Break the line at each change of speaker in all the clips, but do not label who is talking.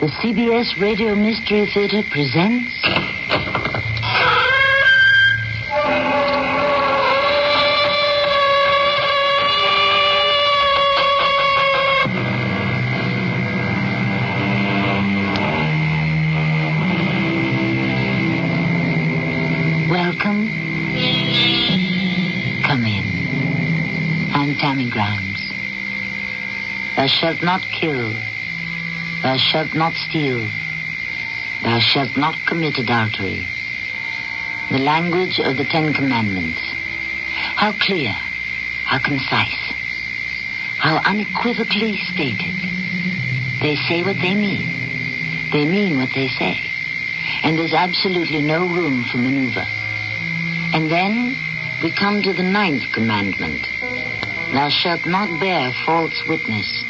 The CBS Radio Mystery Theater presents. Welcome. Come in. I'm Tammy Grimes. Thou shalt not kill. Thou shalt not steal. Thou shalt not commit adultery. The language of the Ten Commandments. How clear, how concise, how unequivocally stated. They say what they mean. They mean what they say. And there's absolutely no room for maneuver. And then we come to the ninth commandment. Thou shalt not bear false witness.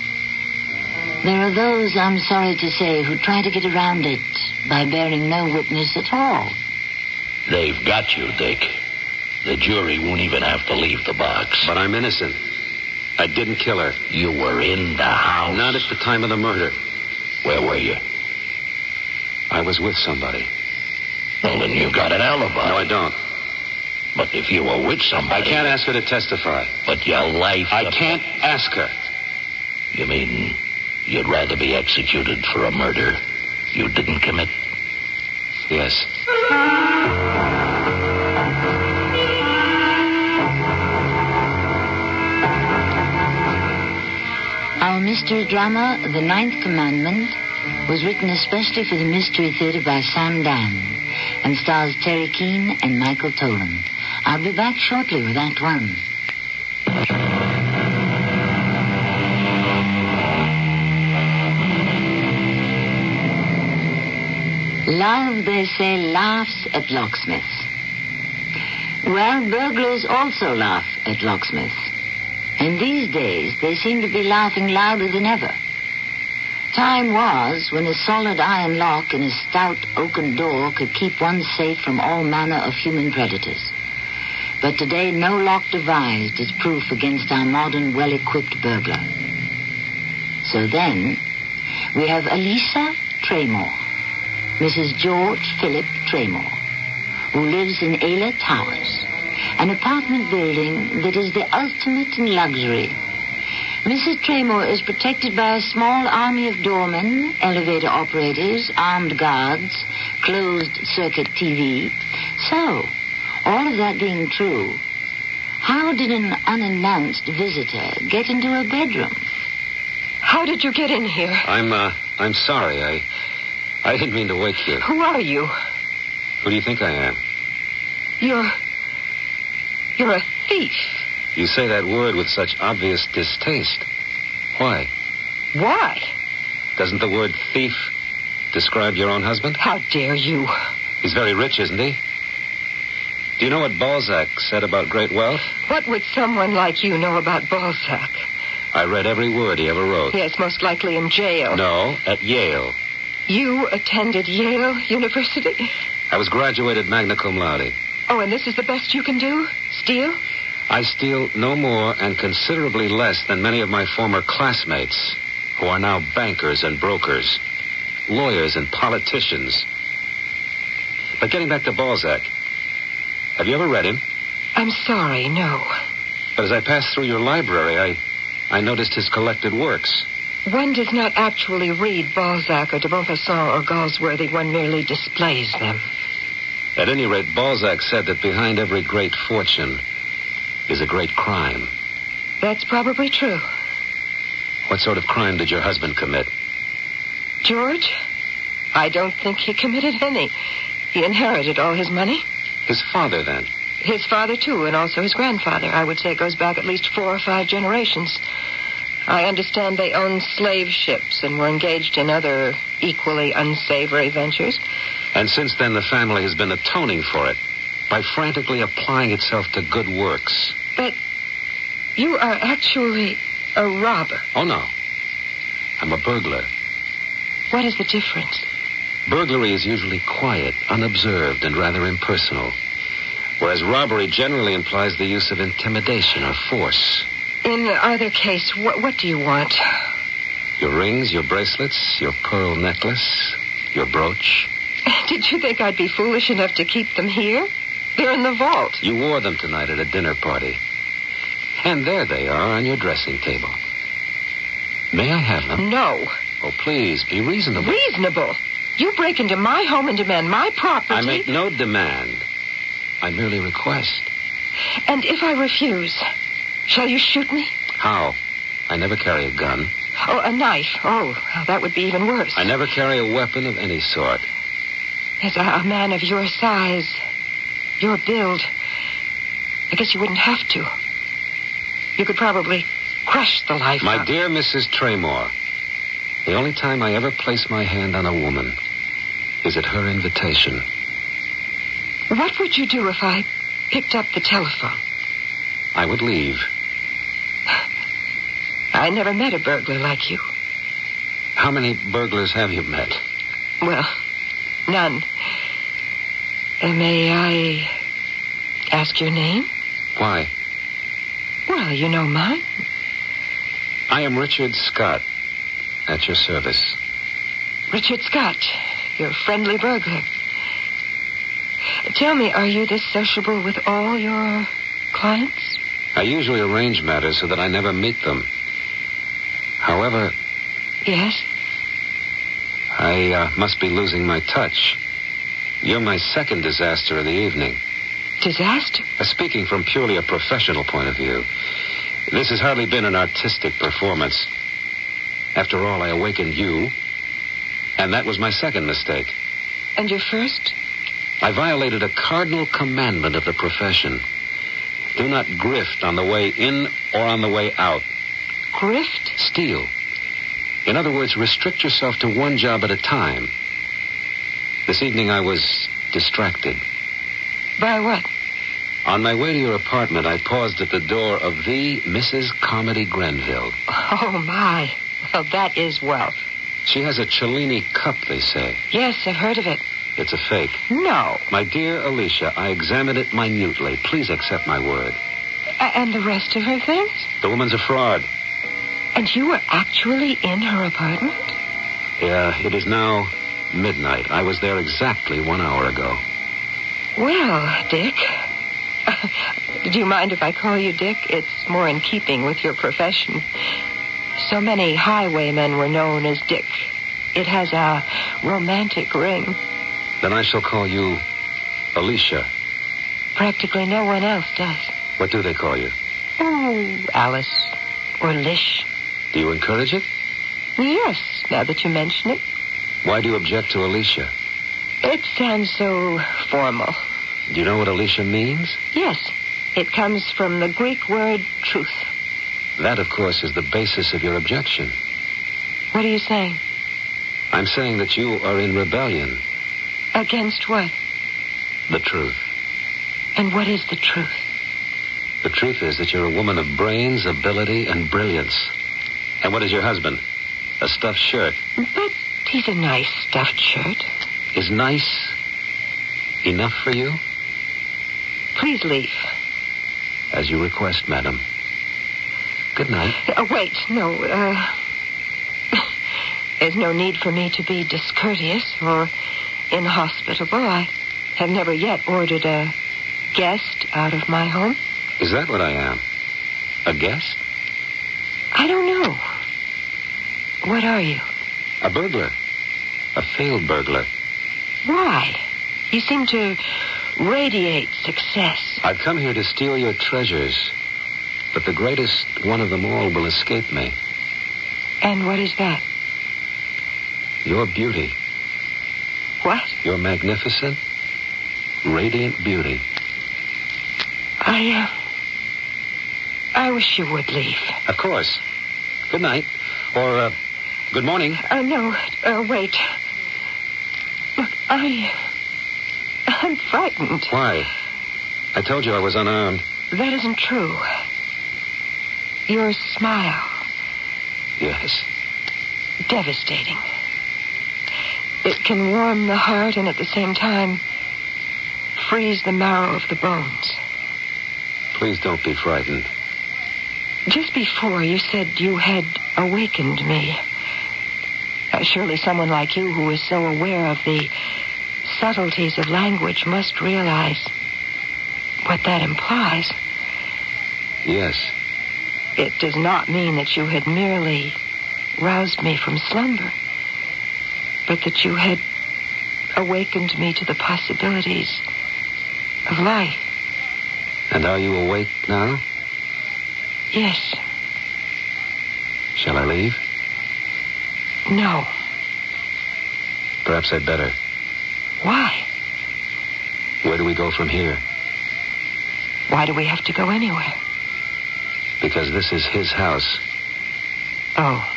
There are those, I'm sorry to say, who try to get around it by bearing no witness at all.
They've got you, Dick. The jury won't even have to leave the box.
But I'm innocent. I didn't kill her.
you were in the house.
Not at the time of the murder.
Where were you?
I was with somebody.
Well, then you've got an alibi.
No, I don't.
But if you were with
I
somebody.
can't ask her to testify.
But your life.
I can't ask her.
You mean you'd rather be executed for a murder you didn't commit?
Yes.
Our mystery drama, The Ninth Commandment, was written especially for the Mystery Theater by Sam Dan and stars Terry Keane and Michael Tolan. I'll be back shortly with Act One. Love, they say, laughs at locksmiths. Well, burglars also laugh at locksmiths. And these days, they seem to be laughing louder than ever. Time was when a solid iron lock and a stout oaken door could keep one safe from all manner of human predators. But today, no lock devised is proof against our modern, well-equipped burglar. So then, we have Elisa Tremor, Mrs. George Philip Tremor, who lives in Ayla Towers, an apartment building that is the ultimate in luxury. Mrs. Tremor is protected by a small army of doormen, elevator operators, armed guards, closed circuit TV. So, all of that being true, how did an unannounced visitor get into her bedroom?
How did you get in here?
I'm, uh, I'm sorry. I, I didn't mean to wake you.
Who are you?
Who do you think I am?
You're. You're a thief.
You say that word with such obvious distaste. Why?
Why?
Doesn't the word thief describe your own husband?
How dare you?
He's very rich, isn't he? Do you know what Balzac said about great wealth?
What would someone like you know about Balzac?
I read every word he ever wrote.
Yes, most likely in jail.
No, at Yale.
You attended Yale University?
I was graduated magna cum laude.
Oh, and this is the best you can do? Steal?
I steal no more and considerably less than many of my former classmates, who are now bankers and brokers, lawyers and politicians. But getting back to Balzac, have you ever read him?
I'm sorry, no.
But as I passed through your library, I, I noticed his collected works.
One does not actually read Balzac or de Maupassant or Galsworthy. One merely displays them.
At any rate, Balzac said that behind every great fortune is a great crime.
That's probably true.
What sort of crime did your husband commit?
George? I don't think he committed any. He inherited all his money.
His father, then.
His father, too, and also his grandfather. I would say it goes back at least four or five generations. I understand they owned slave ships and were engaged in other equally unsavory ventures.
And since then, the family has been atoning for it by frantically applying itself to good works.
But you are actually a robber.
Oh, no. I'm a burglar.
What is the difference?
Burglary is usually quiet, unobserved, and rather impersonal. Whereas robbery generally implies the use of intimidation or force.
In either case, what, what do you want?
Your rings, your bracelets, your pearl necklace, your brooch.
Did you think I'd be foolish enough to keep them here? They're in the vault.
You wore them tonight at a dinner party. And there they are on your dressing table. May I have them?
No.
Oh, please, be reasonable.
Reasonable. You break into my home and demand my property.
I make no demand. I merely request.
And if I refuse, shall you shoot me?
How? I never carry a gun.
Oh, a knife. Oh, that would be even worse.
I never carry a weapon of any sort.
As a, a man of your size, your build, I guess you wouldn't have to. You could probably crush the life.
My
out-
dear Mrs. Tremor, the only time I ever place my hand on a woman is at her invitation.
What would you do if I picked up the telephone?
I would leave.
I never met a burglar like you.
How many burglars have you met?
Well, none. Uh, may I ask your name?
Why?
Well, you know mine.
I am Richard Scott, at your service.
Richard Scott, your friendly burglar. Tell me, are you this sociable with all your clients?
I usually arrange matters so that I never meet them. However,
Yes.
I uh, must be losing my touch. You're my second disaster of the evening.
Disaster?
Uh, Speaking from purely a professional point of view, this has hardly been an artistic performance. After all, I awakened you, and that was my second mistake.
And your first?
I violated a cardinal commandment of the profession. Do not grift on the way in or on the way out.
Grift?
Steal. In other words, restrict yourself to one job at a time. This evening I was distracted.
By what?
On my way to your apartment, I paused at the door of the Mrs. Comedy Grenville.
Oh, my. Well, that is wealth.
She has a Cellini cup, they say.
Yes, I've heard of it.
It's a fake.
No.
My dear Alicia, I examined it minutely. Please accept my word.
A- and the rest of her things?
The woman's a fraud.
And you were actually in her apartment?
Yeah, it is now midnight. I was there exactly one hour ago.
Well, Dick. Do you mind if I call you Dick? It's more in keeping with your profession. So many highwaymen were known as Dick. It has a romantic ring.
Then I shall call you Alicia.
Practically no one else does.
What do they call you?
Oh, Alice. Or Lish.
Do you encourage it?
Yes, now that you mention it.
Why do you object to Alicia?
It sounds so formal.
Do you know what Alicia means?
Yes, it comes from the Greek word truth.
That, of course, is the basis of your objection.
What are you saying?
I'm saying that you are in rebellion.
Against what?
The truth.
And what is the truth?
The truth is that you're a woman of brains, ability, and brilliance. And what is your husband? A stuffed shirt.
But he's a nice stuffed shirt.
Is nice enough for you?
Please leave.
As you request, madam. Good night.
Oh, wait, no. Uh, there's no need for me to be discourteous or inhospitable. I have never yet ordered a guest out of my home.
Is that what I am? A guest?
I don't know. What are you?
A burglar? A failed burglar?
Why? You seem to radiate success.
I've come here to steal your treasures, but the greatest one of them all will escape me.
And what is that?
Your beauty,
What?
your magnificent, radiant beauty.
I, uh, I wish you would leave.
Of course. Good night. Or, uh, good morning.
Uh, no, uh, wait. Look, I. I'm frightened.
Why? I told you I was unarmed.
That isn't true. Your smile,
Yes.
devastating. It can warm the heart and at the same time freeze the marrow of the bones.
Please don't be frightened.
Just before you said you had awakened me. Uh, surely someone like you who is so aware of the subtleties of language must realize what that implies.
Yes.
It does not mean that you had merely roused me from slumber, but that you had awakened me to the possibilities of life.
And are you awake now?
Yes.
Shall I leave?
No.
Perhaps I'd better.
Why?
Where do we go from here?
Why do we have to go anywhere?
Because this is his house.
Oh,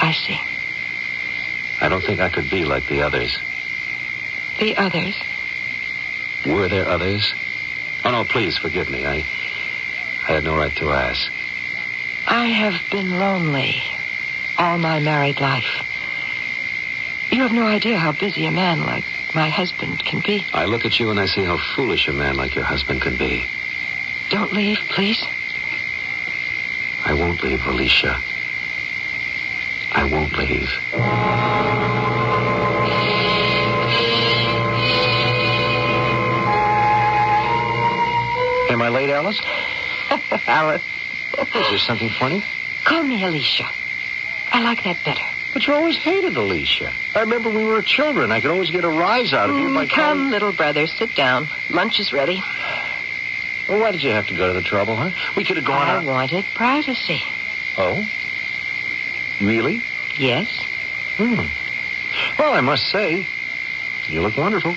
I see.
I don't think I could be like the others.
The others?
Were there others? Oh, no, please forgive me. I, I had no right to ask.
I have been lonely all my married life. You have no idea how busy a man like my husband can be.
I look at you and I see how foolish a man like your husband can be.
Don't leave, please.
I won't leave, Alicia. I won't leave.
Am I late, Alice?
Alice,
Is there something funny?
call me Alicia. I like that better.
But you always hated Alicia. I remember we were children. I could always get a rise out of you by
Mm, come,
calling-
little brother, sit down. Lunch is ready.
Well, why did you have to go to the trouble, huh? We could have gone
I
out.
wanted privacy.
Oh? Really?
Yes,
Hmm. Well, I must say, you look wonderful.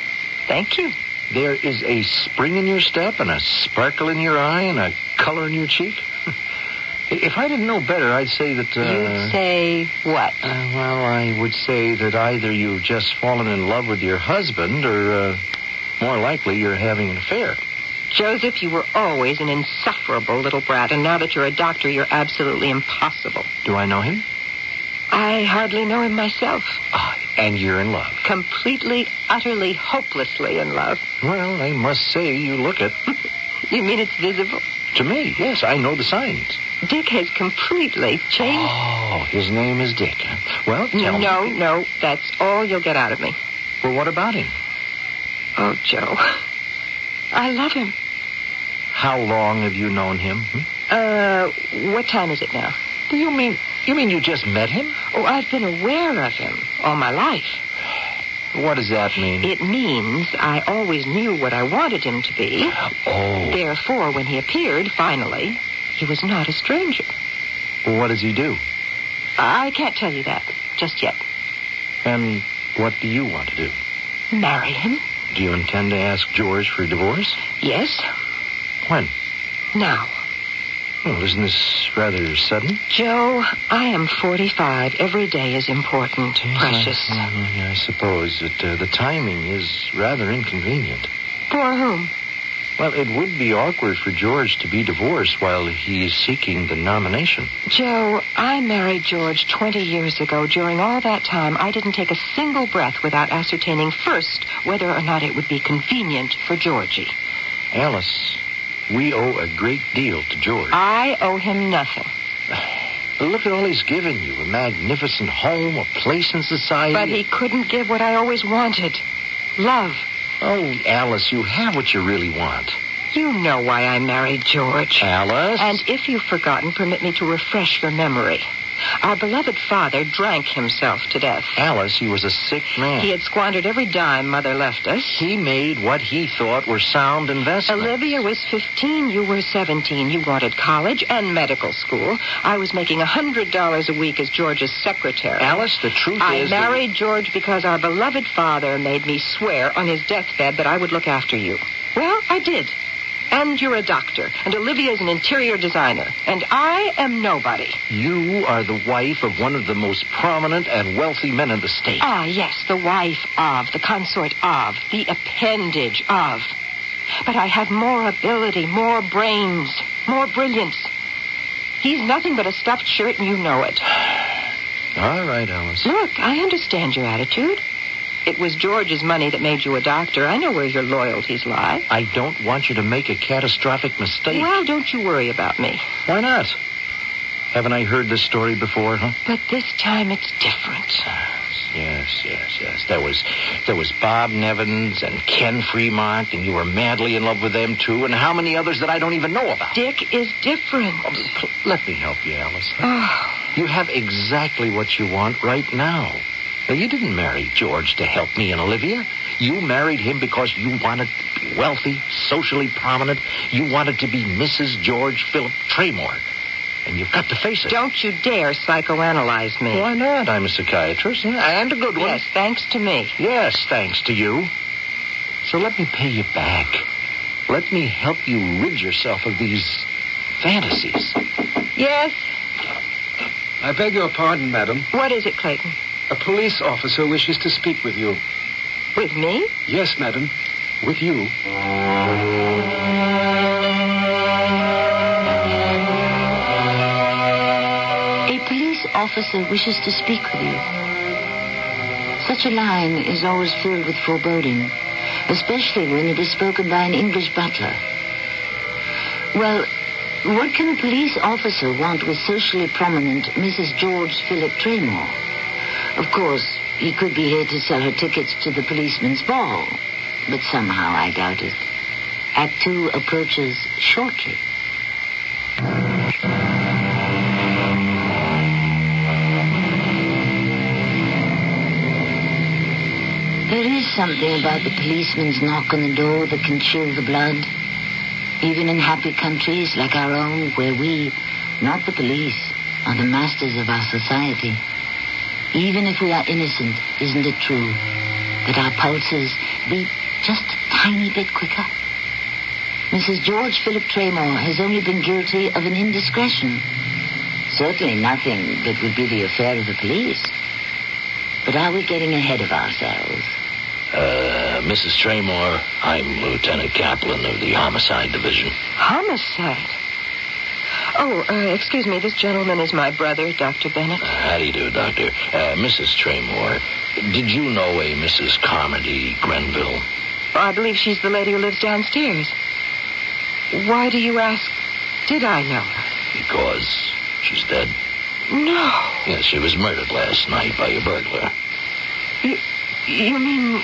thank you.
There is a spring in your step and a sparkle in your eye and a color in your cheek. If I didn't know better, I'd say that. Uh,
You'd say what?
Uh, well, I would say that either you've just fallen in love with your husband, or uh, more likely, you're having an affair.
Joseph, you were always an insufferable little brat, and now that you're a doctor, you're absolutely impossible.
Do I know him?
I hardly know him myself.
Ah, and you're in love.
Completely, utterly, hopelessly in love.
Well, I must say you look it.
You mean it's visible?
to me, yes, I know the signs.
Dick has completely changed.
Oh, his name is Dick. huh? Well, tell me.
no, no, that's all you'll get out of me.
Well, what about him?
Oh, Joe. I love him.
How long have you known him? hmm?
Uh, what time is it now?
Do you mean you mean you just met him?
Oh, I've been aware of him all my life.
What does that mean?
It means I always knew what I wanted him to be.
Oh,
Therefore, when he appeared, finally, he was not a stranger.
well, what does he do?
I can't tell you that just yet.
And what do you want to do?
Marry him?
Do you intend to ask George for a divorce?
Yes.
When?
Now,
Well, isn't this rather sudden?
Joe, I am 45. Every day is important, precious.
I, mhm, I suppose that uh, the timing is rather inconvenient.
For whom?
Well, it would be awkward for George to be divorced while he is seeking the nomination.
Joe, I married George 20 years ago. During all that time, I didn't take a single breath without ascertaining first whether or not it would be convenient for Georgie.
Alice, we owe a great deal to George.
I owe him nothing.
Look at all he's given you a magnificent home, a place in society.
But he couldn't give what I always wanted love.
Oh, Alice, you have what you really want.
You know why I married George.
Alice?
And if you've forgotten, permit me to refresh your memory. Our beloved father drank himself to death.
Alice, he was a sick man.
He had squandered every dime Mother left us.
He made what he thought were sound investments.
Olivia was 15, you were 17. You wanted college and medical school. I was making $100 a week as George's secretary.
Alice, the truth
I
is. that-
married George because our beloved father made me swear on his deathbed that I would look after you. Well, I did. And you're a doctor, and Olivia is an interior designer, and I am nobody.
You are the wife of one of the most prominent and wealthy men in the state.
Ah, yes, the wife of, the consort of, the appendage of. But I have more ability, more brains, more brilliance. He's nothing but a stuffed shirt, and you know it.
All right, Alice.
Look, I understand your attitude. It was George's money that made you a doctor. I know where your loyalties lie.
I don't want you to make a catastrophic mistake.
Well, don't you worry about me.
Why not? Haven't I heard this story before, huh?
But this time it's different.
Yes, yes, yes. There was there was Bob Nevins and Ken Fremont, and you were madly in love with them too, and how many others that I don't even know about.
Dick is different.
Oh, pl- Let me help you, Alice.
Oh,
You have exactly what you want right now. Now, you didn't marry George to help me and Olivia. You married him because you wanted to be wealthy, socially prominent. You wanted to be Mrs. George Philip Tremor. And you've got to face it.
don't you dare psychoanalyze me.
Why not? I'm a psychiatrist, and- and a good one.
Yes, thanks to me.
Yes, thanks to you. So let me pay you back. Let me help you rid yourself of these fantasies.
Yes.
I beg your pardon, madam.
What is it, Clayton?
A police officer wishes to speak with you.
With me?
Yes, madam. With you.
A police officer wishes to speak with you. Such a line is always filled with foreboding, especially when it is spoken by an English butler. Well, what can a police officer want with socially prominent Mrs. George Philip Tremor? Of course, he could be here to sell her tickets to the policeman's ball, but somehow I doubt it. Act two approaches shortly. There is something about the policeman's knock on the door that can chill the blood. Even in happy countries like our own, where we, not the police, are the masters of our society. Even if we are innocent, isn't it true that our pulses beat just a tiny bit quicker? Mrs. George Philip Tremor has only been guilty of an indiscretion. Certainly nothing that would be the affair of the police. But are we getting ahead of ourselves?
Uh, Mrs. Tremor, I'm Lieutenant Kaplan of the Homicide Division.
Homicide. Oh, uh, excuse me. This gentleman is my brother, Dr. Bennett.
Uh, how do you do, Doctor? Uh, Mrs. Tremor, did you know a Mrs. Carmody Grenville?
Oh, I believe she's the lady who lives downstairs. Why do you ask? Did I know her?
Because she's dead.
No.
Yes, she was murdered last night by a burglar.
You, you mean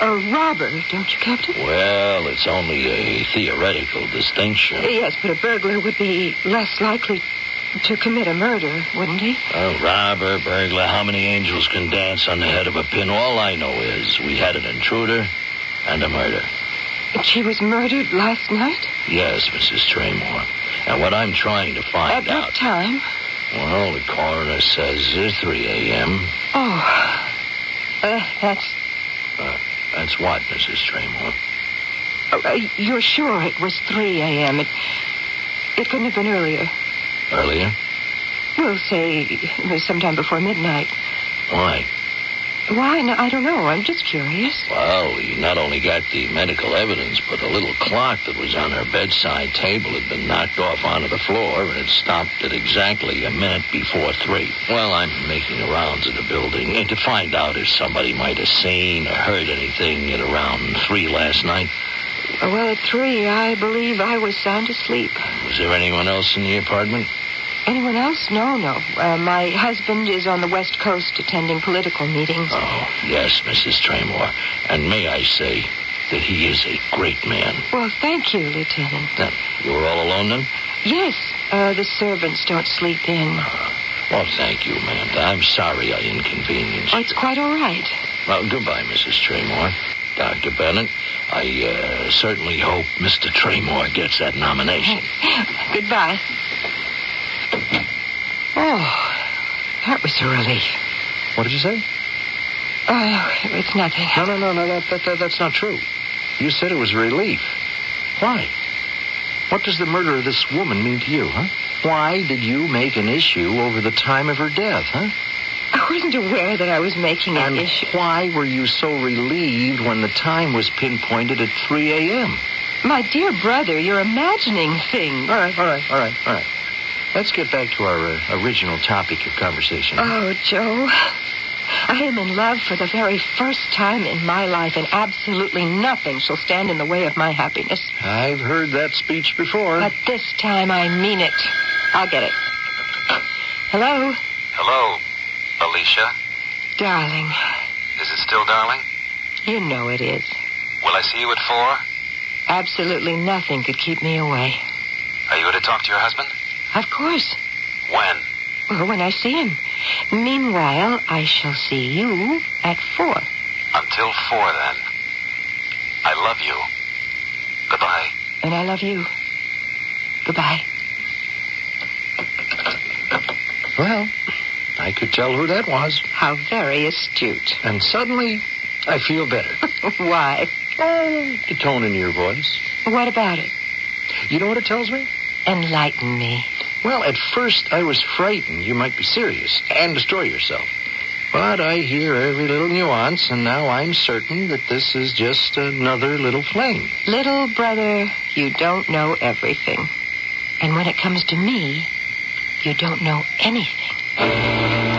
a robber, don't you, Captain?
Well, it's only a theoretical distinction.
Yes, but a burglar would be less likely to commit a murder, wouldn't he?
A robber, burglar, how many angels can dance on the head of a pin? All I know is we had an intruder and a murder.
And She was murdered last night?
Yes, Mrs. Tremor. And what I'm trying to find
At
out.
what time?
Well, the coroner says uh, it's 3 a.m.
Oh. Uh, that's.
Uh, that's what, Mrs. Tremor?
oh, Uh, you're sure it was 3 a.m. It, it couldn't have been earlier.
Earlier?
We'll Oh, say sometime before midnight.
Why?
Why? No, I don't know. I'm just curious.
Well, we not only got the medical evidence, but the little clock that was on her bedside table had been knocked off onto the floor, and it stopped at exactly a minute before three. Well, I'm making the rounds of the building and to find out if somebody might have seen or heard anything at around three last night.
Well, at 3, I believe I was sound asleep.
Was there anyone else in the apartment?
Anyone else? No, no. Uh, my husband is on the West Coast attending political meetings.
Oh, yes, Mrs. Tremor. And may I say that he is a great man.
Well, thank you, Lieutenant.
Now, you were all alone then?
Yes, uh, the servants don't sleep in.
Well, thank you, Amanda. I'm sorry I inconvenienced.
Oh, it's quite all right.
Well, goodbye, Mrs. Tremor. Dr. Bennett, I uh, certainly hope Mr. Tremor gets that nomination.
Goodbye. Oh, that was a relief.
What did you say?
Oh, it's nothing.
No, no, no, no. That, that, that, that's not true. You said it was a relief. Why? What does the murder of this woman mean to you, huh? Why did you make an issue over the time of her death, huh?
I wasn't aware that I was making an
And
issue.
why were you so relieved when the time was pinpointed at 3 a.m.?
My dear brother, you're imagining things.
All right, all right, all right, all right. Let's get back to our uh, original topic of conversation.
Oh, Joe. I am in love for the very first time in my life, and absolutely nothing shall stand in the way of my happiness.
I've heard that speech before.
But this time I mean it. I'll get it. Hello?
Hello, Oh, Alicia.
Darling,
Is it still darling?
you know it is.
Will I see you at four?
Absolutely nothing could keep me away.
Are you going to talk to your husband?
Of course.
When?
Well, when I see him. Meanwhile, I shall see you at four.
Until four, then. I love you. Goodbye.
And I love you. Goodbye.
Well, I could tell who that was.
How very astute.
And suddenly, I feel better.
Why?
Oh,
the tone in your voice.
What about it?
You know what it tells me?
Enlighten me.
Well, at first I was frightened you might be serious and destroy yourself. But I hear every little nuance, and now I'm certain that this is just another little fling.
Little brother, you don't know everything. And when it comes to me, you don't know anything.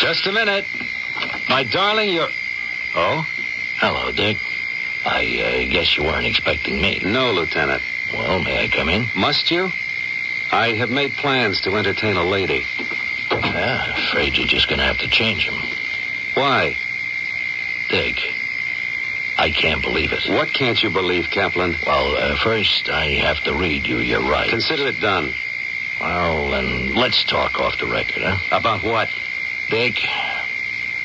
Just a minute. My darling, you're. Oh?
Hello, Dick. I uh, guess you weren't expecting me.
No, Lieutenant.
Well, may I come in?
Must you? I have made plans to entertain a lady.
Yeah, Ah, afraid you're just going to have to change them.
Why?
Dick, I can't believe it.
What can't you believe, Kaplan?
Well, uh, first, I have to read you your rights.
Consider it done.
Well, then, let's talk off the record, huh?
About what?
Dick,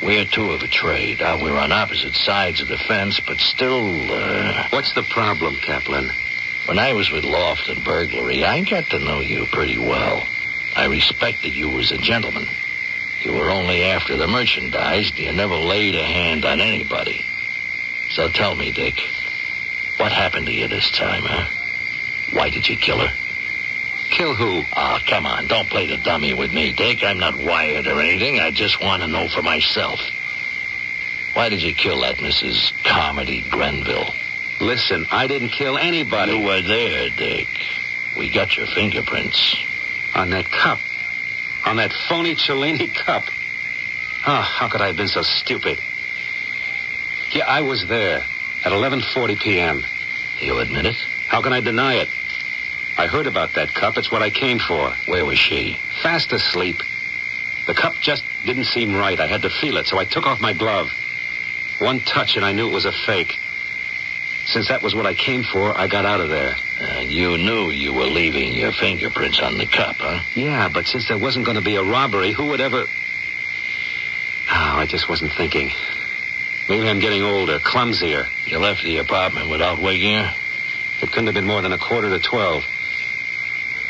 we're two of a trade. Uh, we're on opposite sides of the fence, but still, uh,
What's the problem, Kaplan?
when I was with Loft and Burglary, I got to know you pretty well. I respected you as a gentleman. You were only after the merchandise, and you never laid a hand on anybody. So tell me, Dick, what happened to you this time, huh? Why did you kill her?
Kill who?
Oh, come on. Don't play the dummy with me, Dick. I'm not wired or anything. I just want to know for myself. Why did you kill that Mrs. Carmody Grenville?
Listen, I didn't kill anybody.
You were there, Dick. We got your fingerprints.
On that cup. On that phony Cellini cup. Ah, how could I have been so stupid? Yeah, I was there at 11.40 p.m.
You admit it?
How can I deny it? I heard about that cup. It's what I came for.
Where was she?
Fast asleep. The cup just didn't seem right. I had to feel it, so I took off my glove. One touch, and I knew it was a fake. Since that was what I came for, I got out of there.
And you knew you were leaving your fingerprints on the cup, huh?
Yeah, but since there wasn't going to be a robbery, who would ever. Oh, I just wasn't thinking. Maybe I'm getting older, clumsier.
You left the apartment without waking her?
It couldn't have been more than a quarter to twelve.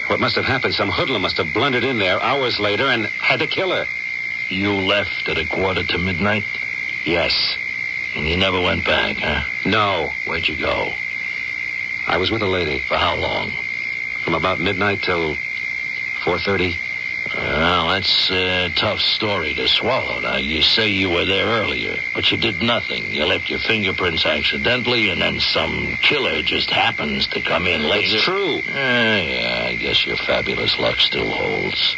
What must have happened? Some hoodlum must have blundered in there hours later and had to kill her.
You left at a quarter to midnight?
Yes.
And you never went back, huh?
No.
Where'd you go?
I was with a lady
For how long?
from about midnight till 4.30.
Well, Ah, that's a tough story to swallow. Now, you say you were there earlier, but you did nothing. You left your fingerprints accidentally, and then some killer just happens to come in later.
It's true.
Ah, yeah, I guess your fabulous luck still holds.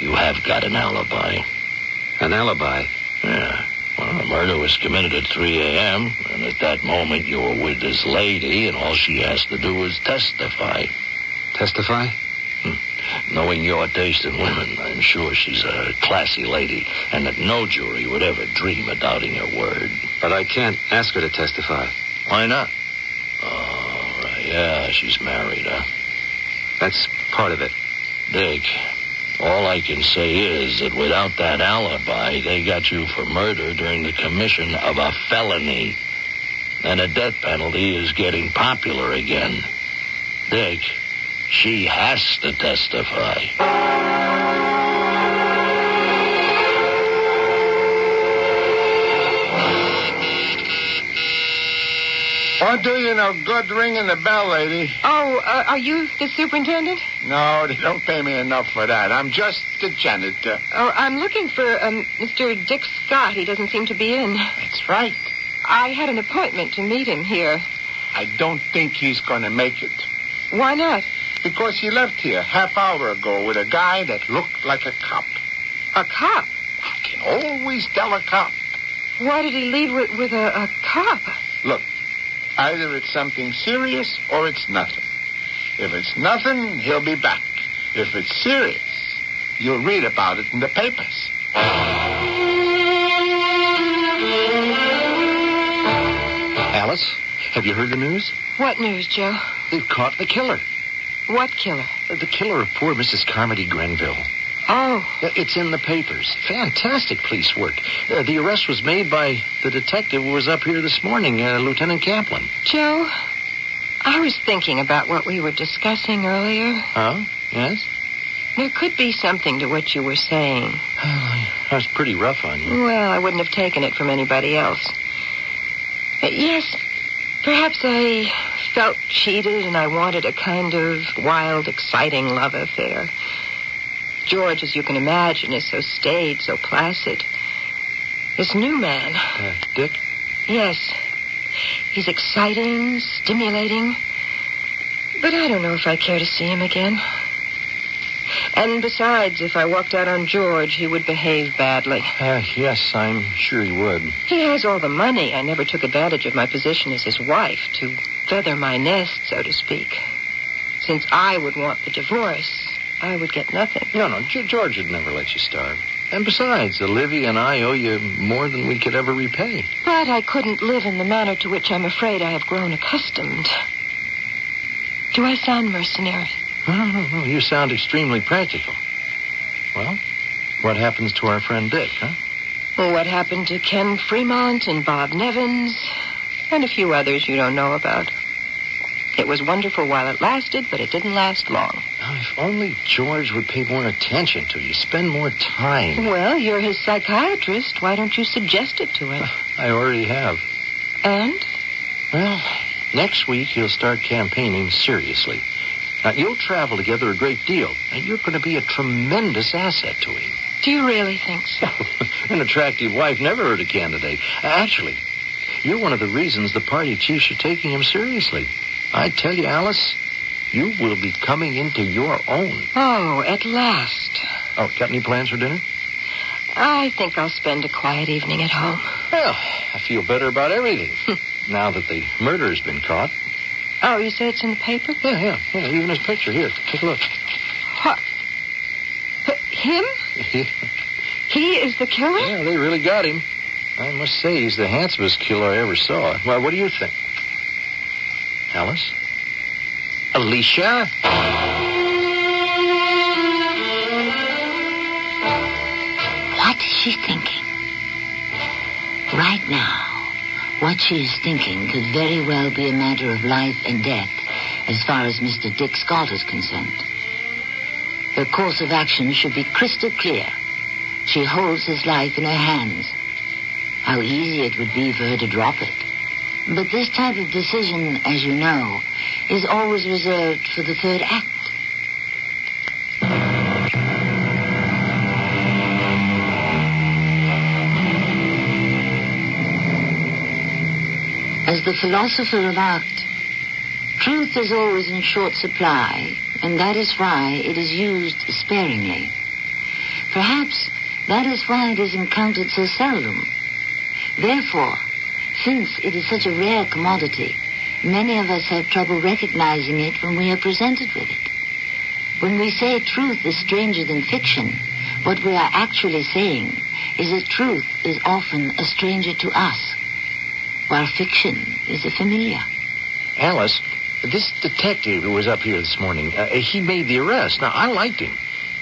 You have got an alibi.
An alibi.
Yeah. Well, the murder was committed at 3 a.m., and at that moment you were with this lady, and all she has to do is testify.
Testify?
Hmm. Knowing your taste in women, I'm sure she's a classy lady, and that no jury would ever dream of doubting her word.
But I can't ask her to testify.
Why not? Oh, right. Yeah, she's married, huh?
That's part of it.
Dick, all I can say is that without that alibi, they got you for murder during the commission of a felony. And a death penalty is getting popular again. Dick, she has to testify.
Won't do you no good ringing the bell, lady.
Oh, uh, are you the superintendent?
No, they don't pay me enough for that. I'm just the janitor.
Oh, I'm looking for um, Mr. Dick Scott. He doesn't seem to be in.
That's right.
I had an appointment to meet him here.
I don't think he's going to make it.
Why not?
Because he left here half hour ago with a guy that looked like a cop.
A cop.
I can always tell a cop.
Why did he leave with, with a, a cop?
Look, either it's something serious or it's nothing.
If it's nothing, he'll be back. If it's serious, you'll read about it in the papers.
Alice, have you heard the news?
What news, Joe?
They've caught the killer.
What killer?
The killer of poor Mrs. Carmody Grenville.
Oh,
Uh, It's in the papers. Fantastic police work. Uh, the arrest was made by the detective who was up here this morning, uh, Lieutenant Kaplan.
Joe, I was thinking about what we were discussing earlier.
Huh? Yes?
There could be something to what you were saying.
Well, I- I was pretty rough on you.
Well, I wouldn't have taken it from anybody else. But yes, perhaps I felt cheated and I wanted a kind of wild, exciting love affair. George, as you can imagine, is so staid, so placid. This new man,
Uh, Dick?
yes, he's exciting, stimulating. But I don't know if I care to see him again. And besides, if I walked out on George, he would behave badly.
Uh, yes, I'm sure he would.
He has all the money. I never took advantage of my position as his wife to feather my nest, so to speak. Since I would want the divorce, I would get nothing.
No, no, G- George would never let you starve. And besides, Olivia and I owe you more than we could ever repay.
But I couldn't live in the manner to which I'm afraid I have grown accustomed. Do I sound mercenary?
No, no, no, you sound extremely practical. Well, what happens to our friend Dick, huh?
Well, what happened to Ken Fremont and Bob Nevins and a few others you don't know about? It was wonderful while it lasted, but it didn't last long.
Now, Oh, if only George would pay more attention to you, spend more time.
Well, you're his psychiatrist. Why don't you suggest it to him?
I already have.
And?
Well, next week he'll start campaigning seriously. Now, you'll travel together a great deal, and you're going to be a tremendous asset to him.
Do you really think so?
An attractive wife never hurt a candidate. Actually, you're one of the reasons the party chiefs are taking him seriously. I tell you, Alice, you will be coming into your own.
Oh, at last.
Oh, got any plans for dinner?
I think I'll spend a quiet evening at home.
Well, I feel better about everything. now that the murderer's been caught.
Oh, you say it's in the paper?
Yeah, yeah, yeah. Even his picture. Here, take a look.
What? But Him?
yeah,
He is the killer?
they really got him. I must say, he's the handsomest killer I ever saw. Well, what do you think? Alice? Alicia?
What is she thinking? Right now, what she is thinking could very well be a matter of life and death as far as Mr. Dick Scott is concerned. Her course of action should be crystal clear. She holds his life in her hands. How easy it would be for her to drop it. But this type of decision, as you know, is always reserved for the third act. As the philosopher remarked, truth is always in short supply, and that is why it is used sparingly. Perhaps that is why it is encountered so seldom. Therefore, since it is such a rare commodity, many of us have trouble recognizing it when we are presented with it. When we say truth is stranger than fiction, what we are actually saying is that truth is often a stranger to us while fiction is a familiar.
Alice, this detective who was up here this morning, uh, he made the arrest. Now, I liked him.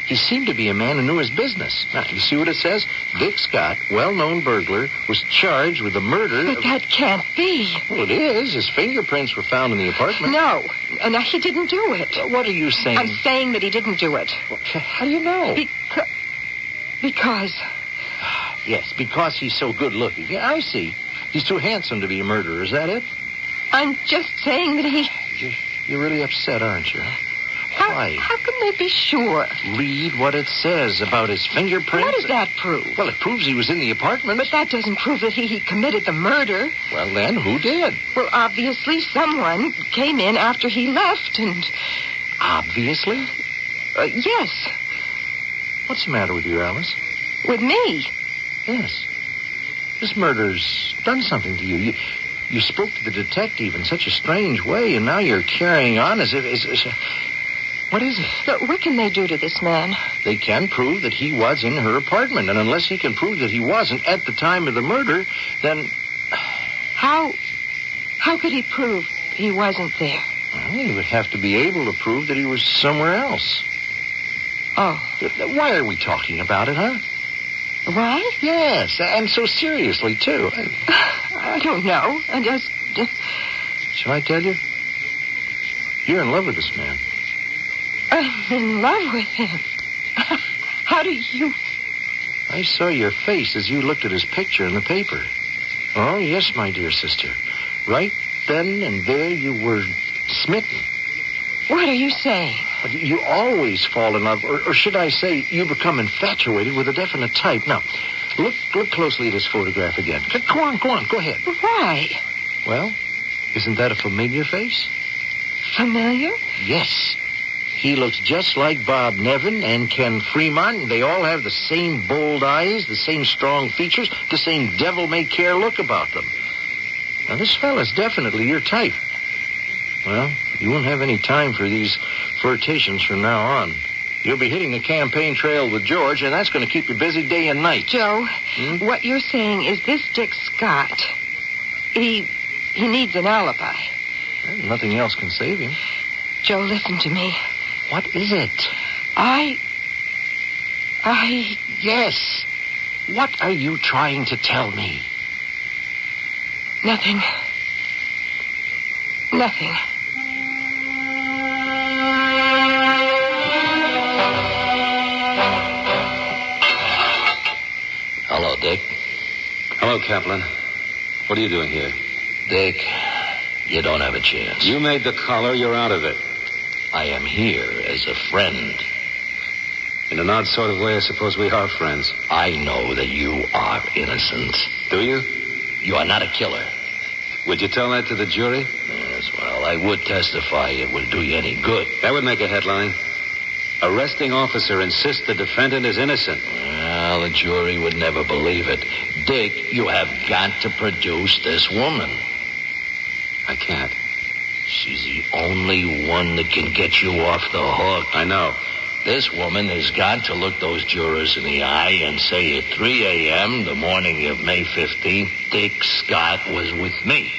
He seemed to be a man who knew his business. Now, you see what it says? Dick Scott, well-known burglar, was charged with the murder
But
of...
that can't be.
Well, it is. His fingerprints were found in the apartment.
No. No, he didn't do it.
What are you saying?
I'm saying that he didn't do it.
How do you know?
Because. Because.
yes, because he's so good looking. Yeah, I see. He's too handsome to be a murderer. Is that it?
I'm just saying that he.
You, you're really upset, aren't you?
How,
Why?
how can they be sure?
Read what it says about his fingerprints.
What does that prove?
Well, it proves he was in the apartment.
But that doesn't prove that he, he committed the murder.
Well, then, who did?
Well, obviously, someone came in after he left, and
Obviously.
uh, yes,
What's the matter with you, Alice?
with me.
Yes. This murder's done something to you. You, You spoke to the detective in such a strange way, and now you're carrying on as if. As, as- what is it?
Look, what can they do to this man?
They can prove that he was in her apartment, and unless he can prove that he wasn't at the time of the murder, then.
How. How could he prove he wasn't there?
Well, he would have to be able to prove that he was somewhere else.
Oh,
Th- th- Why are we talking about it, huh?
why?
Yes, and so seriously, too. I-
I don't know. I just. uh, just
Shall I tell you? You're in love with this man.
I'm in love with him. How do you.
I saw your face as you looked at his picture in the paper. Oh, yes, my dear sister. Right then and there you were smitten.
What are you saying?
But You always fall in love, or, or should I say, you become infatuated with a definite type. Now, look look closely at this photograph again. Go go on, go on, go ahead.
Why?
Well, isn't that a familiar face?
Familiar?
Yes. He looks just like Bob Nevin and Ken Fremont. They all have the same bold eyes, the same strong features, the same devil may care look about them. Now, this fella's definitely your type. Well, you won't have any time for these flirtations from now on. You'll be hitting the campaign trail with George, and that's going to keep you busy day and night.
Joe,
Hmm?
what you're saying is this Dick Scott. He. He needs an alibi.
Nothing else can save him.
Joe, listen to me.
What is it?
I. I.
Yes. What are you trying to tell me?
Nothing. Nothing.
Hello, Dick.
Hello, Kaplan. What are you doing here?
Dick, you don't have a chance.
You made the collar, you're out of it.
I am here as a friend.
In an odd sort of way, I suppose we are friends.
I know that you are innocent.
Do you?
You are not a killer.
Would you tell that to the jury?
Yes, well, I would testify it would do you any good.
That would make a headline. Arresting officer insists the defendant is innocent.
Well, the jury would never believe it. Dick, you have got to produce this woman.
I can't.
She's the only one that can get you off the hook.
I know.
This woman has got to look those jurors in the eye and say at 3 a.m., the morning of May 15th, Dick Scott was with me.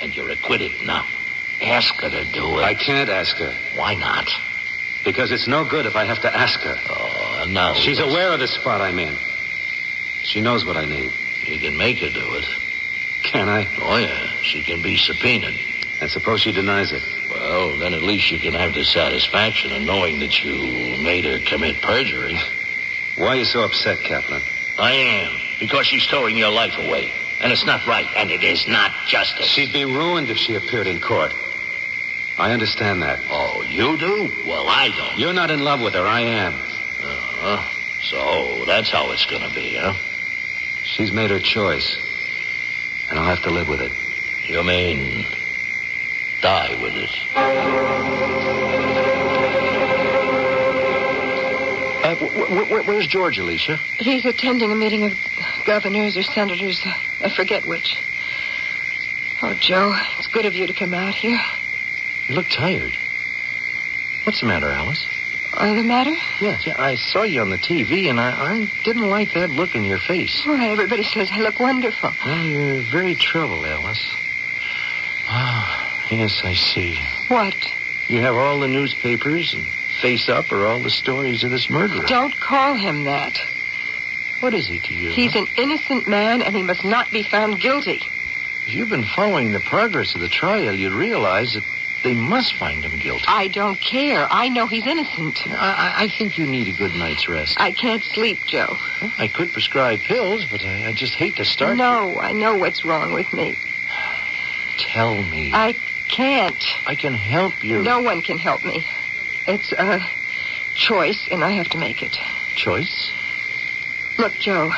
And you're acquitted now. Ask her to do it.
I can't ask her.
Why not?
Because it's no good if I have to ask her.
Oh, no.
She's aware of the spot I'm in. She knows what I need.
You can make her do it.
Can I?
Oh, yeah. She can be subpoenaed.
And suppose she denies it.
Well, then at least you can have the satisfaction of knowing that you made her commit perjury.
Why are you so upset, Kaplan?
I am, because she's throwing your life away. And it's not right, and it is not justice.
She'd be ruined if she appeared in court. I understand that.
Oh, you do? Well, I don't.
You're not in love with her. I am.
Uh-huh. So that's how it's going to be, huh?
She's made her choice. And I'll have to live with it.
You mean die with it?
Uh, wh- wh- wh- where's George, Alicia?
He's attending a meeting of governors or senators. I forget which. Oh, Joe, it's good of you to come out here.
You look tired. What's the matter, Alice?
Are the matter?
Yes, yeah, I saw you on the TV, and I, I didn't like that look in your face.
Why, everybody says I look wonderful.
Well, you're very troubled, Alice. Ah, yes, I see.
What?
You have all the newspapers, and Face Up are all the stories of this murderer.
Don't call him that.
What is he to you?
He's an innocent man, and he must not be found guilty.
If you've been following the progress of the trial, you realize that they must find him guilty.
I don't care. I know he's innocent.
I, I- I think you need a good night's rest.
I can't sleep, Joe.
I could prescribe pills, but I, I just hate to start.
No, I know what's wrong with me.
Tell me.
I can't.
I can help you.
No one can help me. It's a choice, and I have to make it.
Choice?
Look, Joe,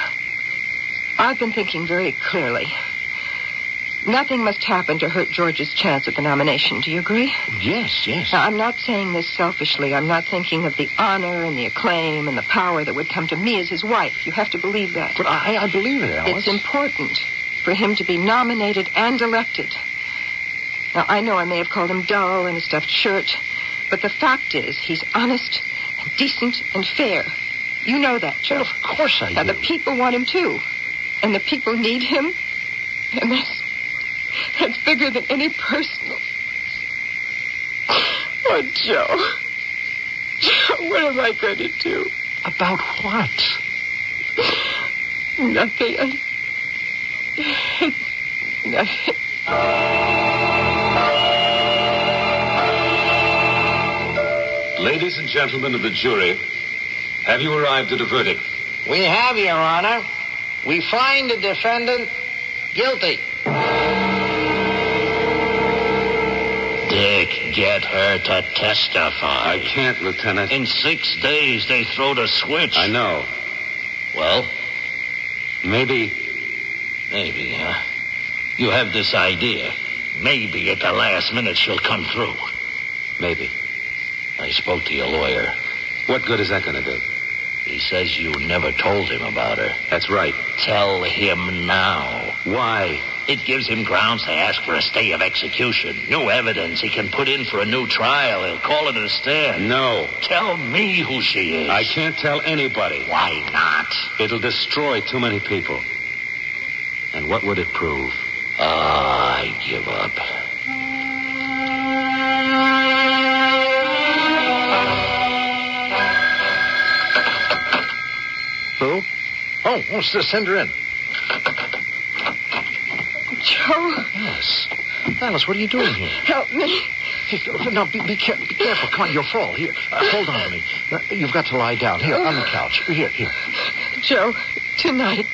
I've been thinking very clearly. Nothing must happen to hurt George's chance at the nomination. Do you agree?
Yes, yes.
Now, I'm not saying this selfishly. I'm not thinking of the honor and the acclaim and the power that would come to me as his wife. You have to believe that.
but I, I believe it, Alice.
It's important for for him to be nominated and elected. Now, I know I may have called him dull and a stuffed shirt, but the fact is he's honest and decent and fair. You know that, Joe.
Well, of course I
now,
do.
the people want him, too. And the people need him. And that's, that's bigger than any personal. Oh, Joe. Joe, what am I going to do?
About what?
Nothing. Nothing.
Ladies and gentlemen of the jury, have you arrived at a verdict?
We have, Your Honor. We find the defendant guilty.
Dick, get her to testify.
I can't, Lieutenant.
In six days, they throw the switch.
I know.
Well,
Maybe.
maybe, huh? You have this idea. Maybe at the last minute she'll come through.
Maybe.
I spoke to your lawyer.
What good is that going to do?
He says you never told him about her.
That's right.
Tell him now.
Why?
It gives him grounds to ask for a stay of execution. New evidence he can put in for a new trial. He'll call it a stand.
No.
Tell me who she is.
I can't tell anybody.
Why not?
It'll destroy too many people. And what would it prove?
Ah, I give up.
Who? Oh, oh, s- send her in.
Joe,
Alice. Alice, what are you doing here?
help me.
Now, be, be, care- be careful. Come on, you'll fall. Here, uh, hold on to me. Uh, You've got to lie down. Here, on the couch. Here, here.
Joe, tonight,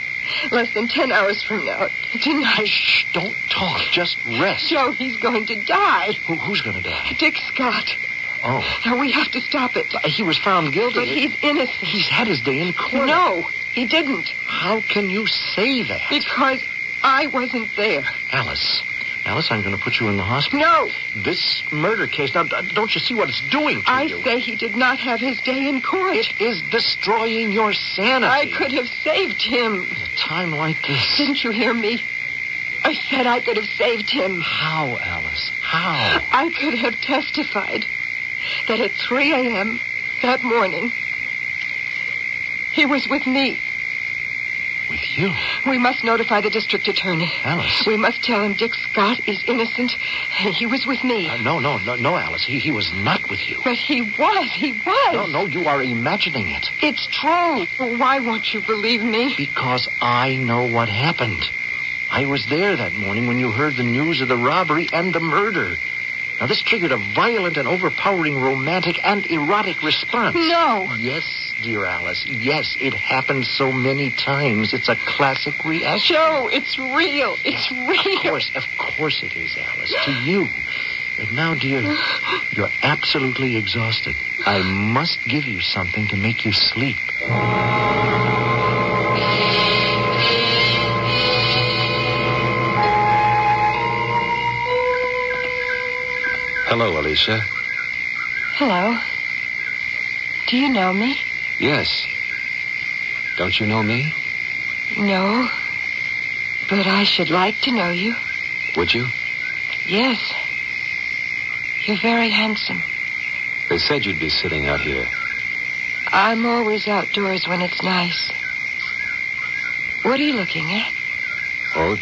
less than ten hours from now, tonight,
Shh, don't talk. Just rest.
Joe, he's going to die.
Who, who's going to die?
Dick Scott.
Oh. Uh,
Now, we have to stop it.
He was found guilty.
But he's innocent.
He's had his day in court.
No, he didn't.
How can you say that?
Because I wasn't there.
Alice. Alice, I'm going to put you in the hospital.
No,
This murder case, now, d- don't you see what it's doing to
I
you?
say he did not have his day in court.
It is destroying your sanity.
I could have saved him.
At a time like this.
Didn't you hear me? I said I could have saved him.
How, Alice? How?
I could have testified that at 3 a.m. that morning, he was with me.
With you,
We must notify the district attorney.
Alice.
We must tell him Dick Scott is innocent and he was with me.
Uh, no, no, no, no, Alice. He, he was not with you.
But he was, he was.
No, no, you are imagining it.
It's true. Well, Why won't you believe me?
Because I know what happened. I was there that morning when you heard the news of the robbery and the murder. Now, this triggered a violent and overpowering romantic and erotic response.
No.
Yes, dear Alice. Yes, it happened so many times. It's a classic reaction.
Joe, it's real. It's
Of
real.
course, of course it is, Alice. To you. But now, dear, you're absolutely exhausted. I must give you something to make you sleep.
Hello, Alicia.
Hello. Do you know me?
Yes. Don't you know me?
No. But I should like to know you.
Would you?
Yes. You're very handsome.
They said you'd be sitting out here.
I'm always outdoors when it's nice. What are you looking at?
Oh,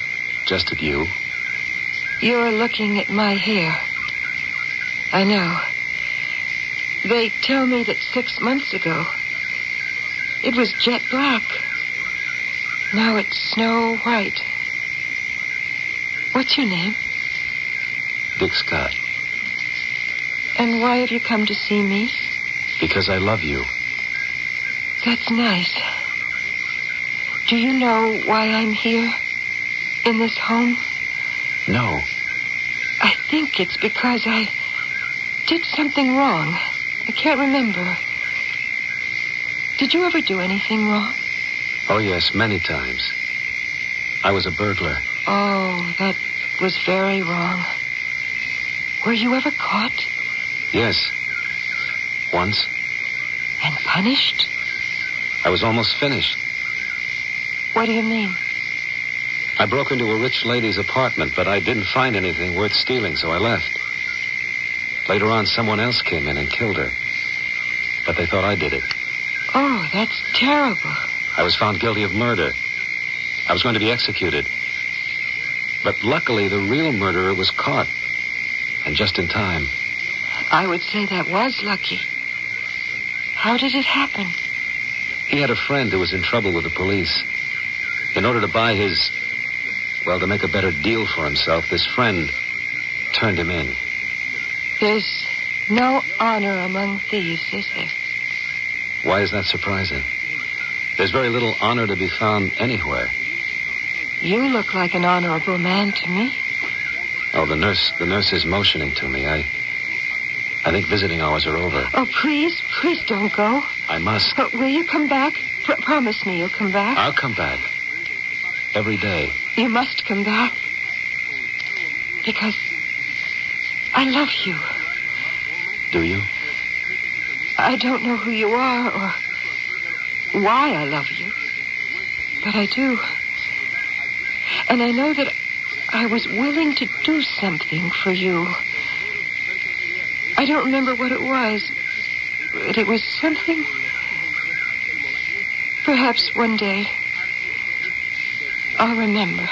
just at you.
You're looking at my hair. I know. They tell me that six months ago, it was jet black. Now it's snow white. What's your name?
Dick Scott.
And why have you come to see me?
Because I love you.
That's nice. Do you know why I'm here? In this home?
No.
I think it's because I did something wrong. I can't remember. Did you ever do anything wrong?
Oh, yes, many times. I was a burglar.
Oh, that was very wrong. Were you ever caught
Yes. Once.
and punished?
I was almost finished.
What do you mean?
I broke into a rich lady's apartment, but I didn't find anything worth stealing, so I left. Later on, someone else came in and killed her. But they thought I did it.
Oh, that's terrible.
I was found guilty of murder. I was going to be executed. But luckily, the real murderer was caught. And just in time.
I would say that was lucky. How did it happen?
He had a friend who was in trouble with the police. In order to buy his. Well, to make a better deal for himself, this friend turned him in.
There's no honor among thieves, is there?
Why is that surprising? There's very little honor to be found anywhere.
You look like an honorable man to me.
Oh, the nurse, the nurse is motioning to me. I, I think visiting hours are over.
Oh, please, please don't go.
I must.
Uh, will you come back? Pr- promise me you'll come back.
I'll come back. Every day.
You must come back. Because I love you.
Do you?
I don't know who you are or why I love you, but I do. And I know that I was willing to do something for you. I don't remember what it was, but it was something. Perhaps one day I'll remember.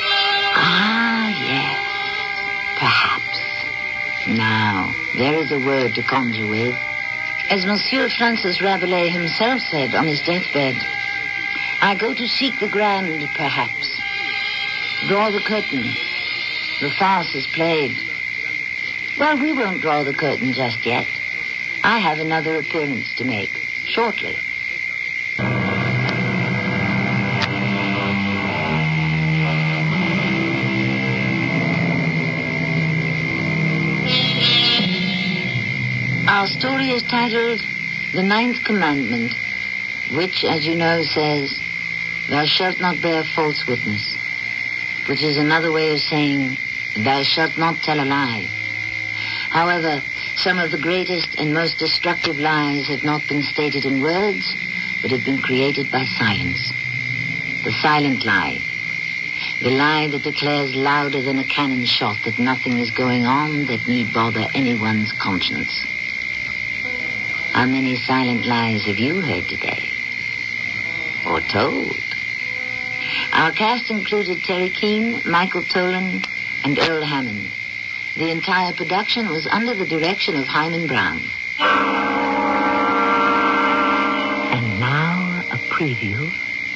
Ah, yes. Perhaps. Now, there is a word to conjure with. As Monsieur Francis Rabelais himself said on his deathbed, I go to seek the grand, perhaps. Draw the curtain. The farce is played. Well, we won't draw the curtain just yet. I have another appearance to make shortly. Our story is titled The Ninth Commandment, which, as you know, says, Thou shalt not bear false witness, which is another way of saying, Thou shalt not tell a lie. However, some of the greatest and most destructive lies have not been stated in words, but have been created by silence. The silent lie. The lie that declares louder than a cannon shot that nothing is going on that need bother anyone's conscience. How many silent lies have you heard today? Or told? Our cast included Terry Keane, Michael Tolan, and Earl Hammond. The entire production was under the direction of Hyman Brown. And now a preview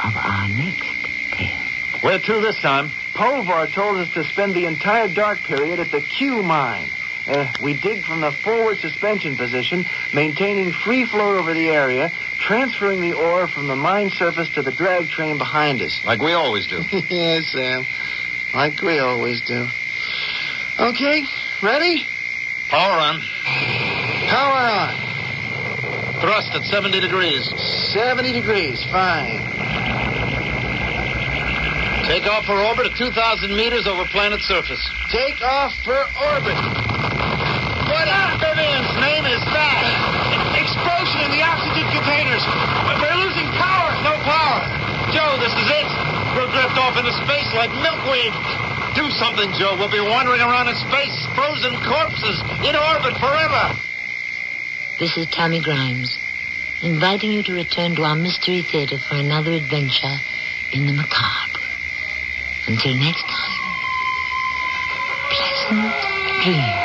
of our next tale.
Where to this time? Polvar told us to spend the entire dark period at the Q mine. Uh, we dig from the forward suspension position, maintaining free flow over the area, transferring the ore from the mine surface to the drag train behind us.
Like we always do.
yes, Sam. Like we always do. Okay, ready?
Power on.
Power on.
Thrust at 70 degrees.
70 degrees, fine.
Take off for orbit at 2,000 meters over planet surface.
Take off for orbit.
What in Vivian's name is that?
Explosion in the oxygen containers. We're losing power.
No power. Joe, this is it. We'll drift off into space like milkweed. Do something, Joe. We'll be wandering around in space, frozen corpses, in orbit forever.
This is Tammy Grimes, inviting you to return to our Mystery Theater for another adventure in the macabre. Until next time, pleasant dreams.